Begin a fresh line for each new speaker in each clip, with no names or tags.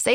Say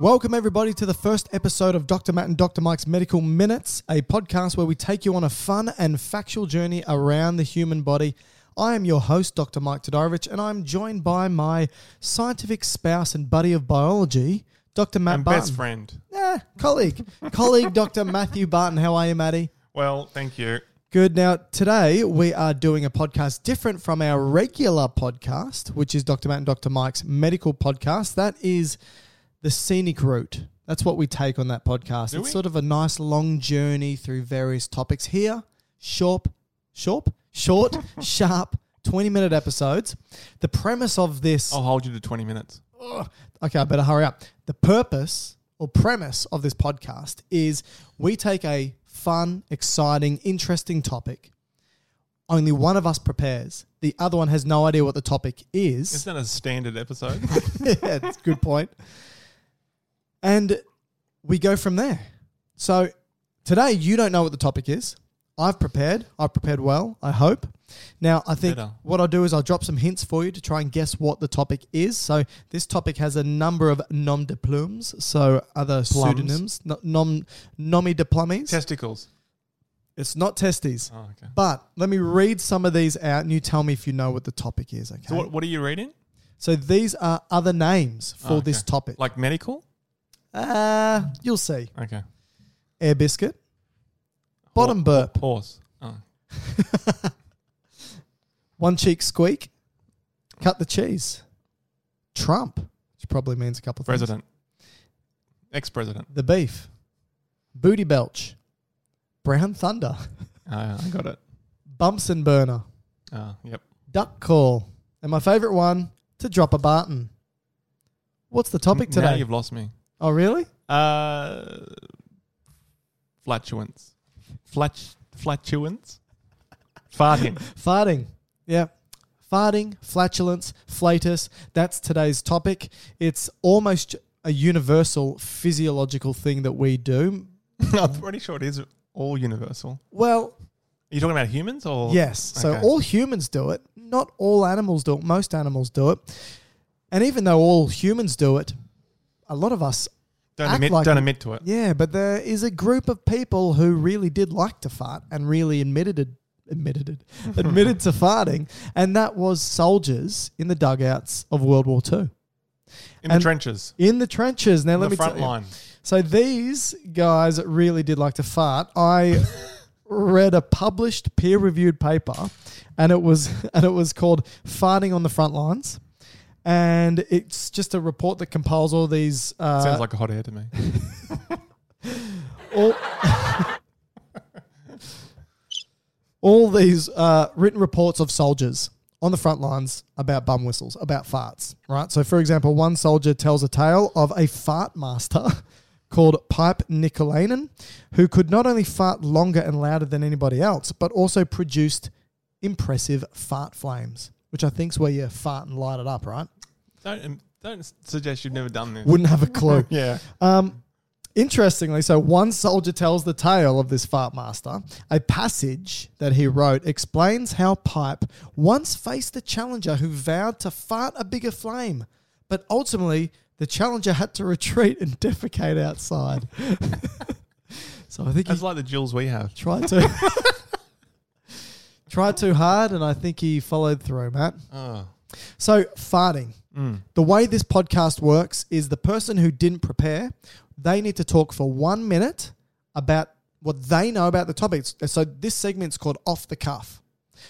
Welcome, everybody, to the first episode of Dr. Matt and Dr. Mike's Medical Minutes, a podcast where we take you on a fun and factual journey around the human body. I am your host, Dr. Mike Todorovich, and I'm joined by my scientific spouse and buddy of biology, Dr. Matt
and
Barton.
best friend.
Eh, colleague. colleague, Dr. Matthew Barton. How are you, Matty?
Well, thank you.
Good. Now, today we are doing a podcast different from our regular podcast, which is Dr. Matt and Dr. Mike's medical podcast. That is the scenic route. That's what we take on that podcast.
Do
it's
we?
sort of a nice long journey through various topics here. Short, short, short, sharp, 20 minute episodes. The premise of this.
I'll hold you to 20 minutes.
Ugh. Oh, Okay, I better hurry up. The purpose or premise of this podcast is we take a fun, exciting, interesting topic. Only one of us prepares. The other one has no idea what the topic is.
It's not a standard episode.
yeah, that's a good point. And we go from there. So today you don't know what the topic is. I've prepared. I've prepared well, I hope. Now, I think
Better.
what I'll do is I'll drop some hints for you to try and guess what the topic is. So this topic has a number of nom de plumes, so other
Plums.
pseudonyms, no- nom nomi de plumies.
Testicles.
it's not testes.
Oh, okay.
But let me read some of these out and you tell me if you know what the topic is, okay?
So what, what are you reading?
So these are other names for
Oh,
this
okay.
topic.
Like medical?
Uh, you'll see.
Okay.
Air biscuit. Bottom burp.
Pause. Oh.
One cheek squeak. Cut the cheese. Trump, which probably means a couple of things.
President. Ex-president.
The beef. Booty belch. Brown thunder.
Uh, I got it.
Bumps and burner.
Uh, yep.
Duck call. And my favorite one, to drop a Barton. What's the topic
N- Now
today?
you've lost me.
Oh, really?
Uh, flatulence. Flat, flatulence? Farting.
Farting. Yeah. Farting, flatulence, flatus. That's today's topic. It's almost a universal physiological thing that we do.
I'm pretty sure it is all universal.
Well,
Are you talking about humans or?
yes. So
Okay.
all humans do it. Not all animals do it. Most animals do it. And even though all humans do it, a lot of us,
Don't
act
admit,
like-
don't admit to it.
yeah, but there is a group of people who really did like to fart and really admitted it, admitted it, admitted to farting, and that was soldiers in the dugouts of World War Two.
In the
And-
trenches.
In the trenches. Now,
In
let
the
me
front
tell you.
line.
So these guys really did like to fart. I read a published peer-reviewed paper, and it was and it was called "Farting on the Front Lines," and it's just a report that compiles all these uh,
Sounds like a hot air to me.
all, all these uh, written reports of soldiers on the front lines about bum whistles, about farts, right? So, for example, one soldier tells a tale of a fart master called Pipe Nikolainen, who could not only fart longer and louder than anybody else, but also produced impressive fart flames, which I think's where you fart and light it up, right?
Don't don't suggest um, you've never done this.
Wouldn't have a clue.
Yeah.
Um, Interestingly, so one soldier tells the tale of this fart master. A passage that he wrote explains how Pipe once faced a challenger who vowed to fart a bigger flame, but ultimately the challenger had to retreat and defecate outside. so I think he
That's like the jills we have.
tried to tried too hard, and I think he followed through, Matt.
Oh.
So, farting. The way this podcast works is the person who didn't prepare, they need to talk for one minute about what they know about the topics. So, this segment's called Off the Cuff.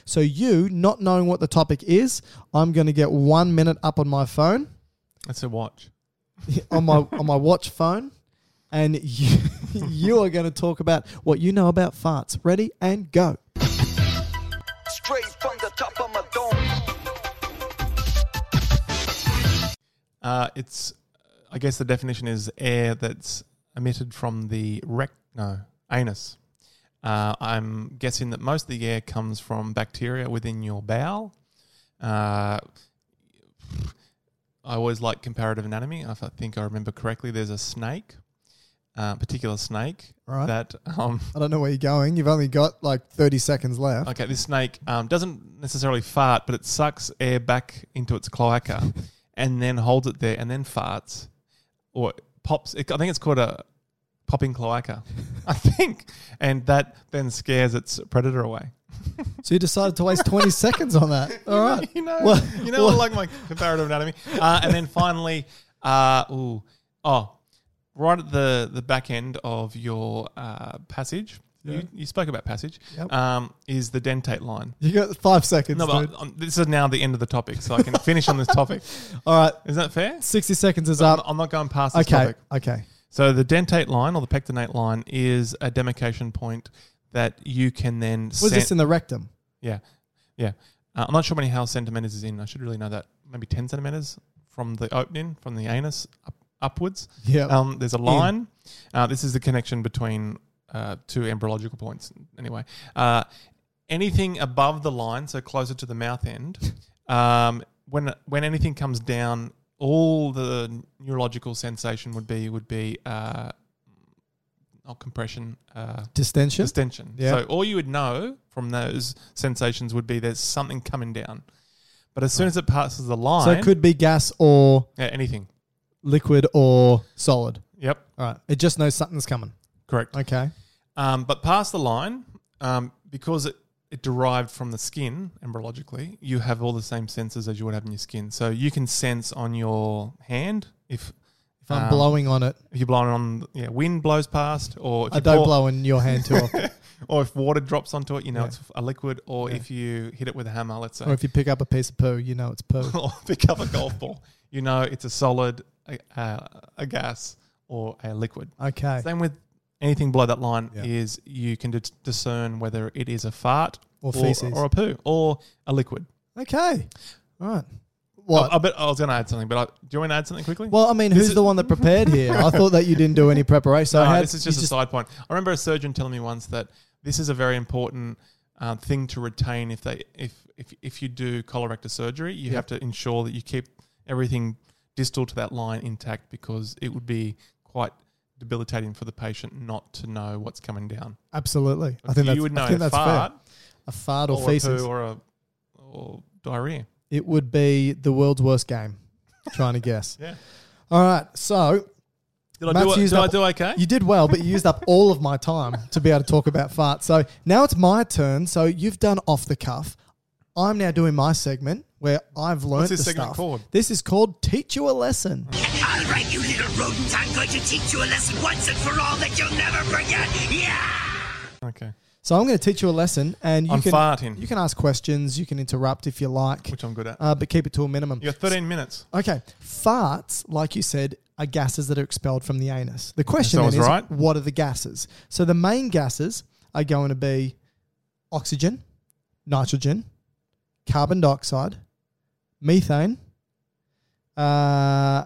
So, you not knowing what the topic is, I'm going to get one minute up on my phone,
That's a watch.
on my on my watch phone, and you, you are going to talk about what you know about farts. Ready and go.
Straight from the top of my dome.
Uh, it's, I guess the definition is air that's emitted from the rec, no, anus. Uh, I'm guessing that most of the air comes from bacteria within your bowel. Uh, I always like comparative anatomy. If I think I remember correctly, there's a snake, uh, particular snake
Right.
that um,
I don't know where you're going. You've only got like 30 seconds left.
Okay, this snake um, doesn't necessarily fart, but it sucks air back into its cloaca and then holds it there and then farts or it pops. It, I think it's called a popping cloaca, I think. And that then scares its predator away.
So you decided to waste 20 seconds on that. All right.
You know,
Uh, Well-
you know, I like my comparative anatomy. Uh, and then finally, uh, ooh, oh, right at the, the back end of your uh, passage, you, you spoke about passage,
Yep.
um, is the dentate line.
You got five seconds,
No,
dude.
but um, this is now the end of the topic, so I can finish on this topic.
All right.
Is that fair?
60 seconds is
I'm,
up.
I'm not going past this
Okay.
topic.
Okay.
So the dentate line or the pectinate line is a demarcation point that you can then.
Was
sen-
this in the rectum?
yeah, yeah. Uh, I'm not sure many how centimeters is in. I should really know that. Maybe 10 centimeters from the opening, from the anus up, upwards.
Yeah.
Um, there's a line. Uh, this is the connection between uh, two embryological points. Anyway, uh, anything above the line, so closer to the mouth end, um, when when anything comes down, all the neurological sensation would be would be uh, not compression. Uh,
Distension.
Distension.
Yeah.
So all you would know from those sensations would be there's something coming down, but as soon as it passes the line,
So it could be gas or
yeah, anything.
liquid or solid.
Yep,
All right. It just knows something's coming.
correct.
Okay.
Um, but past the line, um, because it, it derived from the skin embryologically, you have all the same senses as you would have in your skin. So you can sense on your hand if,
If I'm
Um,
blowing on it,
if you're blowing on, yeah, wind blows past, or if
I
you
don't
pour-
blow in your hand too often.
or if water drops onto it, you know
Yeah.
it's a liquid, or if you hit it with a hammer, let's say,
or if you pick up a piece of poo, you know it's poo.
or pick up a golf ball, you know it's a solid, a, a, a gas, or a liquid.
Okay.
Same with anything below that line
Yeah.
is you can dis- discern whether it is a fart
Or feces.
or a poo or a liquid.
Okay. All right.
I,
What?
I bet I was going to add something, but I, do you want to add something quickly?
well, I mean, who's
is-
the one that prepared here? I thought that you didn't do any preparation. So
No,
how-
this is
you
just a side point. I remember a surgeon telling me once that this is a very important uh, thing to retain if they if if if you do colorectal surgery, you have to ensure that you keep everything distal to that line intact because it would be quite debilitating for the patient not to know what's coming down.
Absolutely. I
If
think
you
that's,
would know
I think
a
that's
fart
fair. A fart or,
or, a
feces.
poo or a or diarrhea.
It would be the world's worst game. Trying to guess.
Yeah.
All right. So
Did I
Matt's
do?
used
Did I
up-
do okay?
you did well, but you used up all of my time to be able to talk about farts. So now it's my turn. So you've done off the cuff. I'm now doing my segment where I've learned
this
the
segment
stuff.
called?
This is called Teach You a Lesson.
All right, you little rodents, I'm going to teach you a lesson once and for all that you'll never forget. Yeah!
okay.
So I'm going to teach you a lesson and you
On
can
farting.
you can ask questions, you can interrupt if you like,
Which I'm good at.
uh, but keep it to a minimum.
you got 13 minutes.
Okay, farts, like you said, are gases that are expelled from the anus. The question
So I
then
was
is,
right.
what are the gases? So the main gases are going to be oxygen, nitrogen, carbon dioxide, methane, uh,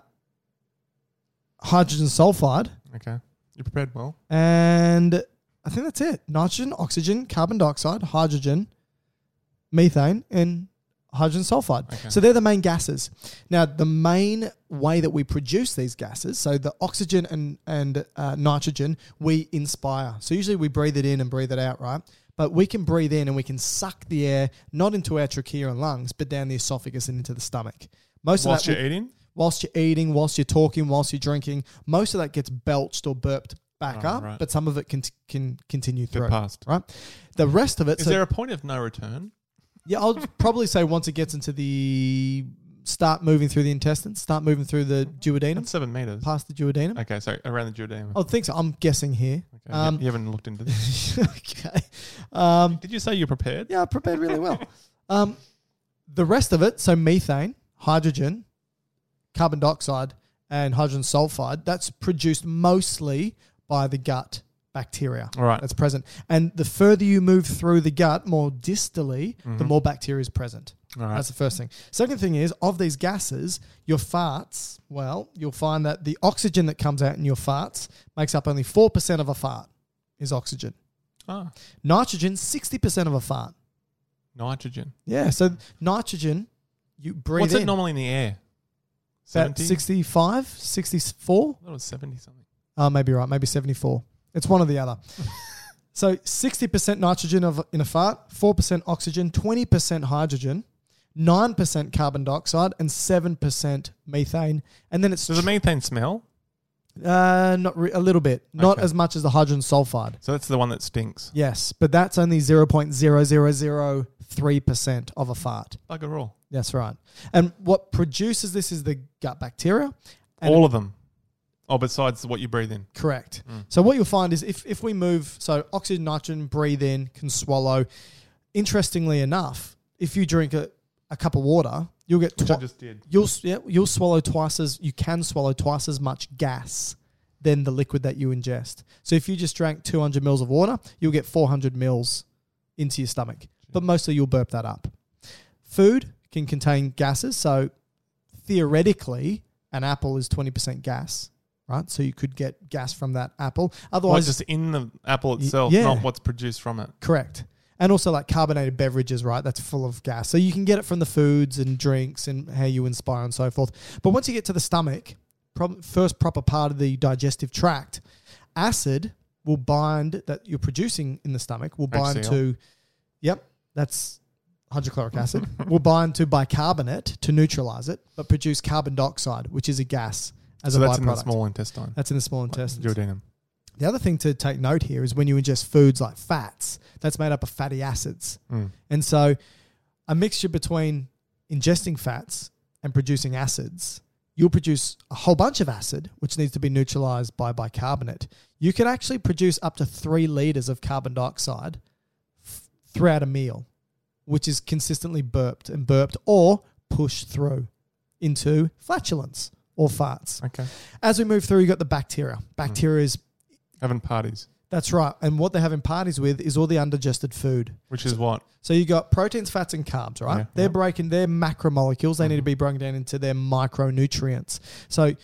hydrogen sulfide,
Okay. You prepared well.
and I think that's it. Nitrogen, oxygen, carbon dioxide, hydrogen, methane, and hydrogen sulfide. So they're the main gases. Now, the main way that we produce these gases, so the oxygen and, and uh, nitrogen, we inspire. So usually we breathe it in and breathe it out, right? But we can breathe in and we can suck the air not into our trachea and lungs, but down the esophagus and into the stomach. Most
Whilst
of that
you're eating?
whilst you're eating, whilst you're talking, whilst you're drinking, most of that gets belched or burped back up,
Oh, right.
but some of it can can continue through.
passed.
right? The rest of it,
Is
so
there a point of no return?
yeah, I'll probably say once it gets into the start moving through the intestines, start moving through the duodenum,
That's seven meters.
past the duodenum.
Okay, so around the duodenum.
I think so. I'm guessing here.
Okay, you-
Oh, Um,
you haven't looked into this.
okay. Um,
Did you say you're prepared?
Yeah, I prepared really well. um, the rest of it, so methane, hydrogen, carbon dioxide, and hydrogen sulfide, that's produced mostly by the gut bacteria.
All right.
That's present. And the further you move through the gut, more distally, the more bacteria is present.
Mm-hmm. All right.
That's the first thing. Second thing is, of these gases, your farts, well, you'll find that the oxygen that comes out in your farts makes up only 4% of a fart is oxygen.
Ah,
Nitrogen, 60% of a fart.
nitrogen.
Yeah. So nitrogen, you breathe
What's
in.
it normally in the air?
About
70?
65, 64?
I thought it was 70 something.
Uh, maybe right, maybe 74. It's one or the other. so 60% nitrogen of, in a fart, 4% oxygen, 20% hydrogen, 9% carbon dioxide, and 7% methane. And then it's
Does the methane smell?
uh, not re- a little bit, not
Okay.
as much as the hydrogen sulfide.
So that's the one that stinks.
Yes, but that's only 0.0003% of a fart.
Bugger all.
That's right. And what produces this is the gut bacteria. And
all of them. Oh, besides what you breathe in.
Correct.
Mm.
So what you'll find is if, if we move, so oxygen, nitrogen, breathe in, can swallow. Interestingly enough, if you drink a, a cup of water, you'll get
Which I
twi-
just did.
you'll s- yeah, you'll swallow twice as you can swallow twice as much gas than the liquid that you ingest. So if you just drank 200 mils of water, you'll get 400 mils into your stomach, but mostly you'll burp that up. Food can contain gases, so theoretically, an apple is 20% gas, right? So you could get gas from that apple.
Well,
Otherwise,
just in the apple itself,
yeah.
not what's produced from it.
Correct. And also like carbonated beverages, right? That's full of gas. So you can get it from the foods and drinks and how you inspire and so forth. But once you get to the stomach, prob- first proper part of the digestive tract, acid will bind that you're producing in the stomach will bind
HCl.
to yep, that's hydrochloric acid will bind to bicarbonate to neutralize it, but produce carbon dioxide, which is a gas as
So
a
that's
byproduct.
in the small intestine.
that's in the small intestine.
Duodenum.
The other thing to take note here is when you ingest foods like fats, that's made up of fatty acids. And so a mixture between ingesting fats and producing acids, you'll produce a whole bunch of acid, which needs to be neutralized by bicarbonate. You can actually produce up to three liters of carbon dioxide f- throughout a meal, which is consistently burped and burped or pushed through into flatulence or farts.
Okay.
As we move through, you've got the bacteria. Bacteria is
Having parties,
that's right. And what they're having parties with is all the undigested food.
which is what?
So you got proteins, fats, and carbs, right?
Yeah,
they're
yeah. Mm-hmm.
breaking their macromolecules. They need to be broken down into their micronutrients. So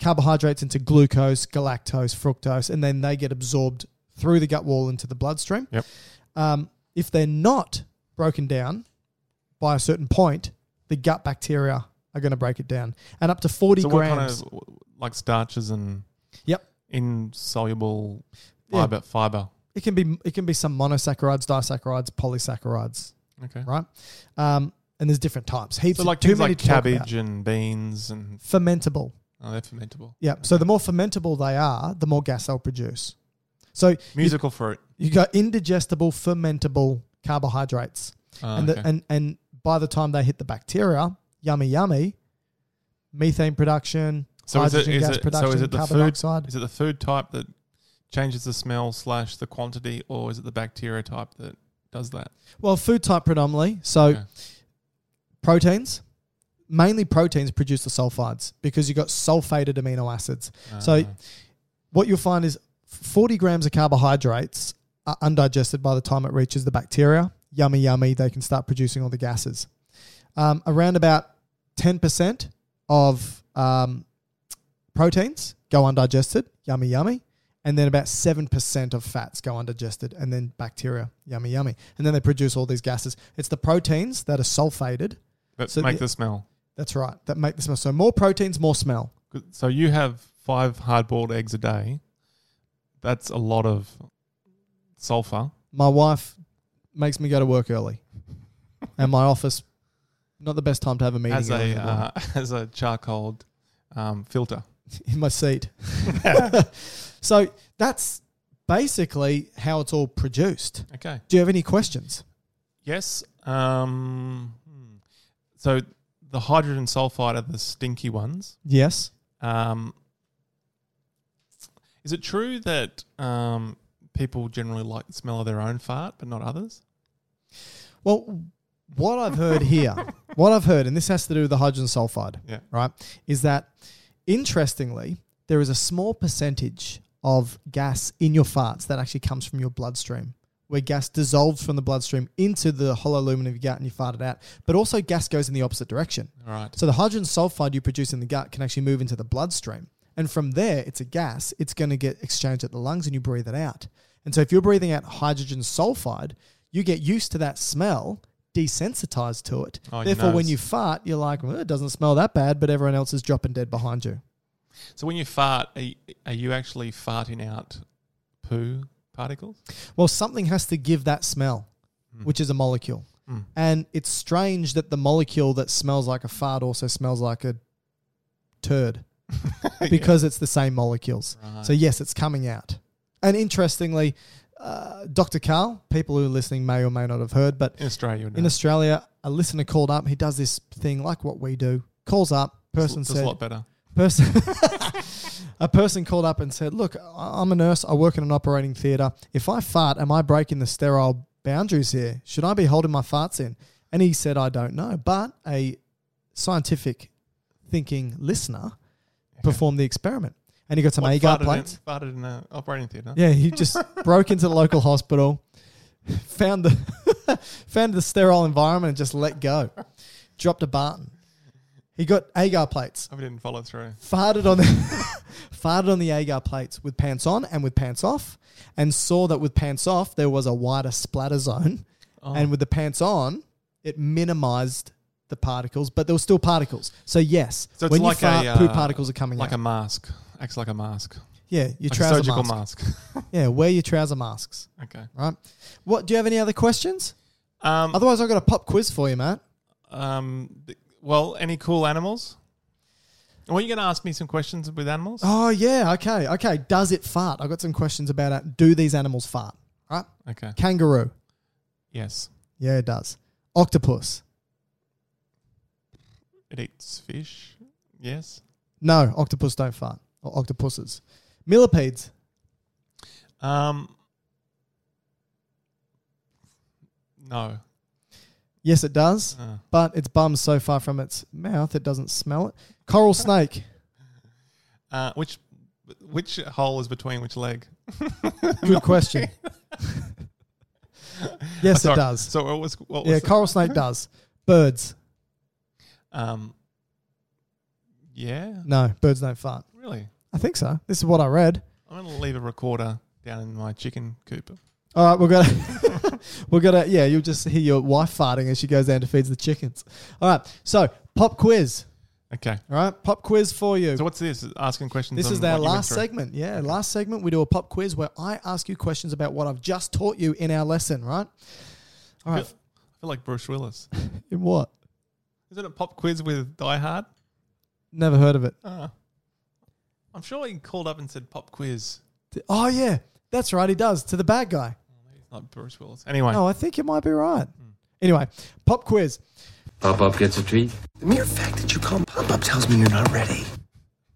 carbohydrates into glucose, galactose, fructose, and then they get absorbed through the gut wall into the bloodstream.
Yep.
Um, if they're not broken down by a certain point, the gut bacteria are going to break it down. And up to 40
So what kind
grams.
of like starches and
yep.
insoluble
Yeah.
fiber? Fiber.
It can be it can be some monosaccharides, disaccharides, polysaccharides.
Okay.
right? Um, and there's different types. Heaps
So
of
like
too
things
many
like
to talk about.
cabbage and beans and
fermentable.
oh, they're fermentable.
Yeah. So the more fermentable they are, the more gas they'll produce. So you,
Musical fruit.
you got indigestible, fermentable carbohydrates,
Ah,
and, the,
okay.
and and by the time they hit the bacteria, yummy yummy, methane production,
so is
hydrogen
it, is
gas
it,
production,
so is it the
carbon
food?
dioxide.
Is it the food type that changes the smell slash the quantity, or is it the bacteria type that does that?
Well, food type predominantly. So
Okay.
proteins, mainly proteins produce the sulfides because you've got sulfated amino acids. So what you'll find is 40 grams of carbohydrates are undigested by the time it reaches the bacteria. Yummy, yummy. They can start producing all the gases. Um, around about 10% of um, proteins go undigested. Yummy, yummy. And then about 7% of fats go undigested. And then bacteria. Yummy, yummy. And then they produce all these gases. It's the proteins that are sulfated
That
So
make
the-
the smell.
That's right. That make the smell. So more proteins, more smell.
Good. So you have five hard-boiled eggs a day. That's a lot of sulfur.
My wife makes me go to work early, and my office not the best time to have a meeting
as
early
a
in, the morning.
uh, as a charcoal um, filter.
in my seat. so that's basically how it's all produced.
Okay.
Do you have any questions?
Yes. Um, hmm. so the hydrogen sulfide are the stinky ones.
Yes.
Um, is it true that um, people generally like the smell of their own fart, but not others?
Well, what I've heard here, what I've heard, and this has to do with the hydrogen sulfide,
Yeah.
right, is that interestingly, there is a small percentage of gas in your farts that actually comes from your bloodstream, where gas dissolves from the bloodstream into the hollow lumen of your gut and you fart it out. But also, gas goes in the opposite direction.
All right.
So the hydrogen sulfide you produce in the gut can actually move into the bloodstream. And from there, it's a gas. It's going to get exchanged at the lungs and you breathe it out. And so if you're breathing out hydrogen sulfide, you get used to that smell, desensitized to it.
Oh, your
Therefore, when
nose.
you fart, you're like, well, it doesn't smell that bad, but everyone else is dropping dead behind you.
So when you fart, are you, are you actually farting out poo particles?
Well, something has to give that smell, which is a molecule. And it's strange that the molecule that smells like a fart also smells like a turd because it's the same molecules. So, yes, it's coming out. And interestingly, uh, Dr. Carl, people who are listening may or may not have heard, but
In Australia, no.
in Australia, a listener called up. He does this thing like what we do, calls up, person
it's
said,
a lot better.
person a person called up and said, "Look, I- I'm a nurse. I work in an operating theater. If I fart, am I breaking the sterile boundaries here? Should I be holding my farts in?" And he said, "I don't know, but a scientific thinking listener performed the experiment, and he got some
What,
agar
farted in-
plates.
Farted in an operating theatre.
Yeah, he just broke into the local hospital, found the found the sterile environment, and just let go. Dropped a Barton. He got agar plates."
I didn't follow through.
farted on the farted on the agar plates with pants on and with pants off, and saw that with pants off there was a wider splatter zone, and with the pants on, it minimized the particles, but there were still particles. So yes,
So it's
when
like
you fart,
a uh,
poo particles are coming
like
out.
a mask. Acts like a mask.
yeah, your
Like a
trouser
surgical
mask.
mask.
Yeah, wear your trouser masks.
okay.
Right. What? Do you have any other questions?
Um,
Otherwise, I've got a pop quiz for you, Matt.
um, th- well, any cool animals? Were you going to ask me some questions with animals?
Oh yeah. Okay. Okay. Does it fart? I've got some questions about it. Do these animals fart? Right.
Okay.
Kangaroo.
Yes.
Yeah, it does. Octopus.
It eats fish. Yes.
No, octopus don't fart. Or octopuses. Millipedes.
Um, no.
Yes, it does.
Uh.
But its bum's so far from its mouth, it doesn't smell it. Coral snake.
Uh, which which hole is between which leg?
Good question. yes, it
Sorry.
does.
So what was what was
yeah,
the-
coral snake does. Birds.
um, yeah.
No, birds don't fart.
Really?
I think so. This is what I read.
I'm going to leave a recorder down in my chicken coop.
All right, we're gonna we're gonna yeah. You'll just hear your wife farting as she goes down to feeds the chickens. All right, so pop quiz.
Okay.
All right, pop quiz for you.
So what's this? Asking questions.
This
on
is our
what you went
last
through.
segment. Yeah, last segment we do a pop quiz where I ask you questions about what I've just taught you in our lesson, right? All
I
right.
feel, I feel like Bruce Willis.
In what?
Isn't it pop quiz with Die Hard?
Never heard of it.
I'm sure he called up and said pop quiz.
Oh yeah, that's right. He does to the bad guy.
It's not Bruce Willis. Anyway,
No, I think you might be right. Anyway, pop quiz.
Pop Up gets a treat.
The mere fact that you call him pop up tells me you're not ready.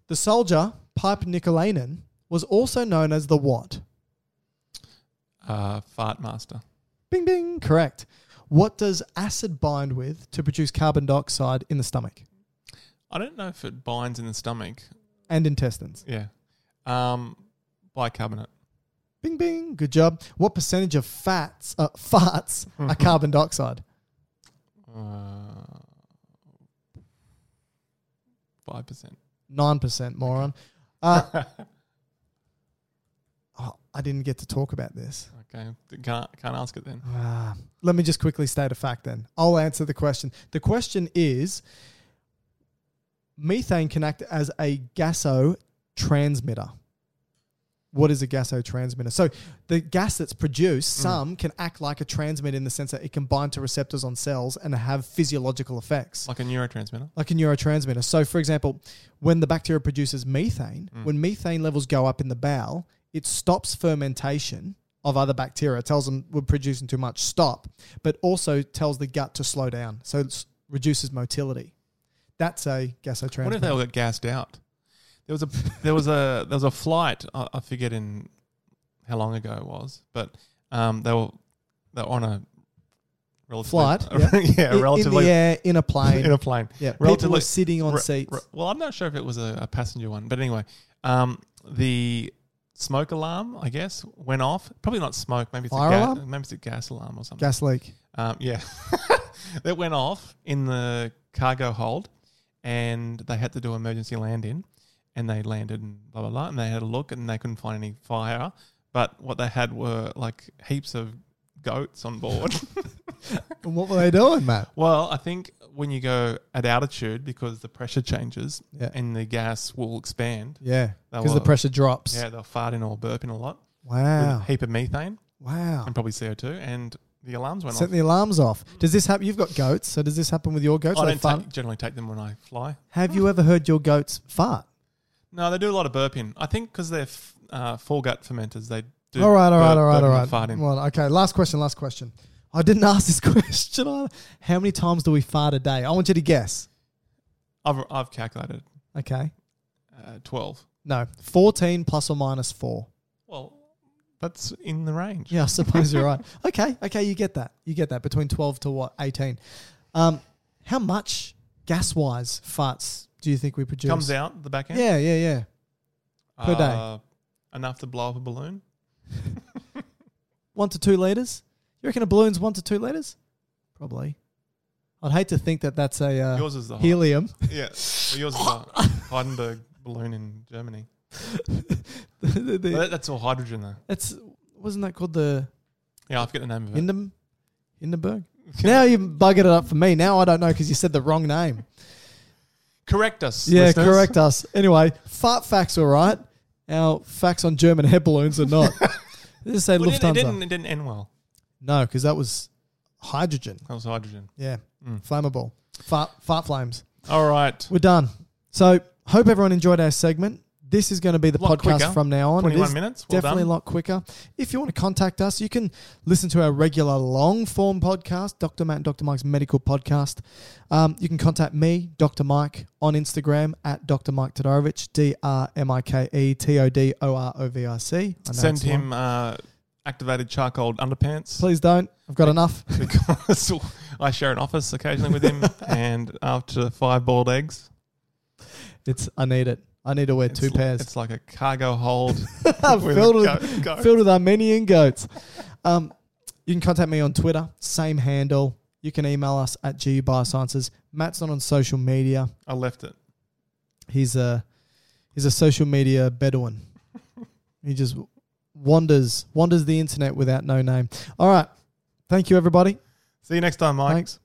The soldier Pipe Nicolainen was also known as the what?
uh, Fart Master.
Bing, bing. Correct. What does acid bind with to produce carbon dioxide in the stomach
I don't know if it binds in the stomach.
and intestines?
Yeah. Um, bicarbonate.
Bing, bing. Good job. What percentage of fats, uh, farts, are carbon dioxide?
Uh, Five percent.
Nine percent, moron. Uh, oh, I didn't get to talk about this.
Okay, can't can't ask it then.
Ah, let me just quickly state a fact then. I'll answer the question. The question is methane can act as a gaso transmitter. What is a gaso transmitter? So the gas that's produced, some can act like a transmitter in the sense that it can bind to receptors on cells and have physiological effects
Like a neurotransmitter.
like a neurotransmitter. So, for example, when the bacteria produces methane, when methane levels go up in the bowel, it stops fermentation of other bacteria. It tells them we're producing too much, stop, but also tells the gut to slow down. So it s- reduces motility. That's a gasotransmitter.
What if they all got gassed out? There was a there was a there was a flight. I, I forget in how long ago it was, but um, they were they were on a relatively
Flight,
yeah,
In-
relatively
in the air in a plane?
in a plane.
yeah, people
relatively
were sitting on
re-
seats.
re- well, I'm not sure if it was a, a passenger one, but anyway, um, the smoke alarm, I guess, went off. Probably not smoke. Maybe it's
Fire
a ga-
alarm?
Maybe it's a gas alarm or something.
gas leak.
Um, yeah, that went off in the cargo hold, and they had to do emergency landing, and they landed and blah blah blah, and they had a look and they couldn't find any fire, but what they had were like heaps of goats on board.
And what were they doing, Matt?
well, I think when you go at altitude, because the pressure changes
Yeah.
and the gas will expand,
Yeah,
They
because the
were-
pressure drops.
yeah, they're farting or burping a lot, with
Wow.
a heap of methane
Wow.
and probably CO two, and the alarms went
Set
off.
the alarms off. Does this happen? You've got goats, so does this happen with your goats?
I
Are they
don't
fun?
ta- generally take them when I fly.
Have you ever heard your goats fart?
No, they do a lot of burping. I think because they're f- uh, full gut fermenters, they do.
All right, all right,
burp-
all right, all right.
burping and Farting.
Well, okay, last question, last question. I didn't ask this question. I- How many times do we fart a day? I want you to guess.
I've, I've calculated
Okay.
uh, 12.
No, 14 plus or minus 4.
Well, that's in the range.
Yeah, I suppose you're right. Okay, okay, you get that. You get that. Between 12 to what? 18. Um, how much gas wise farts do you think we produce?
Comes out the back end? Uh,
Yeah, yeah, yeah. per day.
Enough to blow up a balloon?
One to two liters? You reckon a balloon's one to two liters? Probably. I'd hate to think that that's a uh,
Yours is the hot-
helium.
Yeah. Well, yours is a Heidenberg balloon in Germany.
The- the-
Well, that- that's all hydrogen, though.
That's wasn't that called the
Yeah, I forget the name of it.
Hindem, Hindenburg? now you buggered it up for me. Now I don't know because you said the wrong name.
correct us.
Yeah,
listeners.
correct us. Anyway, fart facts were right. Our facts on German air balloons are not. Just say
Well, it, didn't, it,
Lufthansa.
didn't, it didn't end well.
No, because that was hydrogen.
That was hydrogen.
Yeah,
Hmm.
flammable. Fart, fart flames.
All right.
We're done. So hope everyone enjoyed our segment. This is going to be the
Lot
podcast
quicker.
from now on. It
21
is
minutes. Well
definitely
done.
a lot quicker. If you want to contact us, you can listen to our regular long form podcast, Dr. Matt and Dr. Mike's medical podcast. Um, you can contact me, Dr. Mike, on Instagram at Dr. Mike Todorovic, D R M I K E T O D O R O V I C. I know
Send
it's long.
him uh, activated charcoal underpants.
Please don't. I've got enough.
because I share an office occasionally with him, and after five boiled eggs,
It's I need it. I need to wear
it's
two
l-
pairs.
It's like a cargo hold. with
filled with,
goat- goat.
filled with Armenian goats. Um, you can contact me on Twitter, same handle. You can email us at GU Biosciences. Matt's not on social media.
I left it.
He's a he's a social media Bedouin. he just wanders wanders the internet without no name. All right. Thank you, everybody.
See you next time, Mike.
Thanks.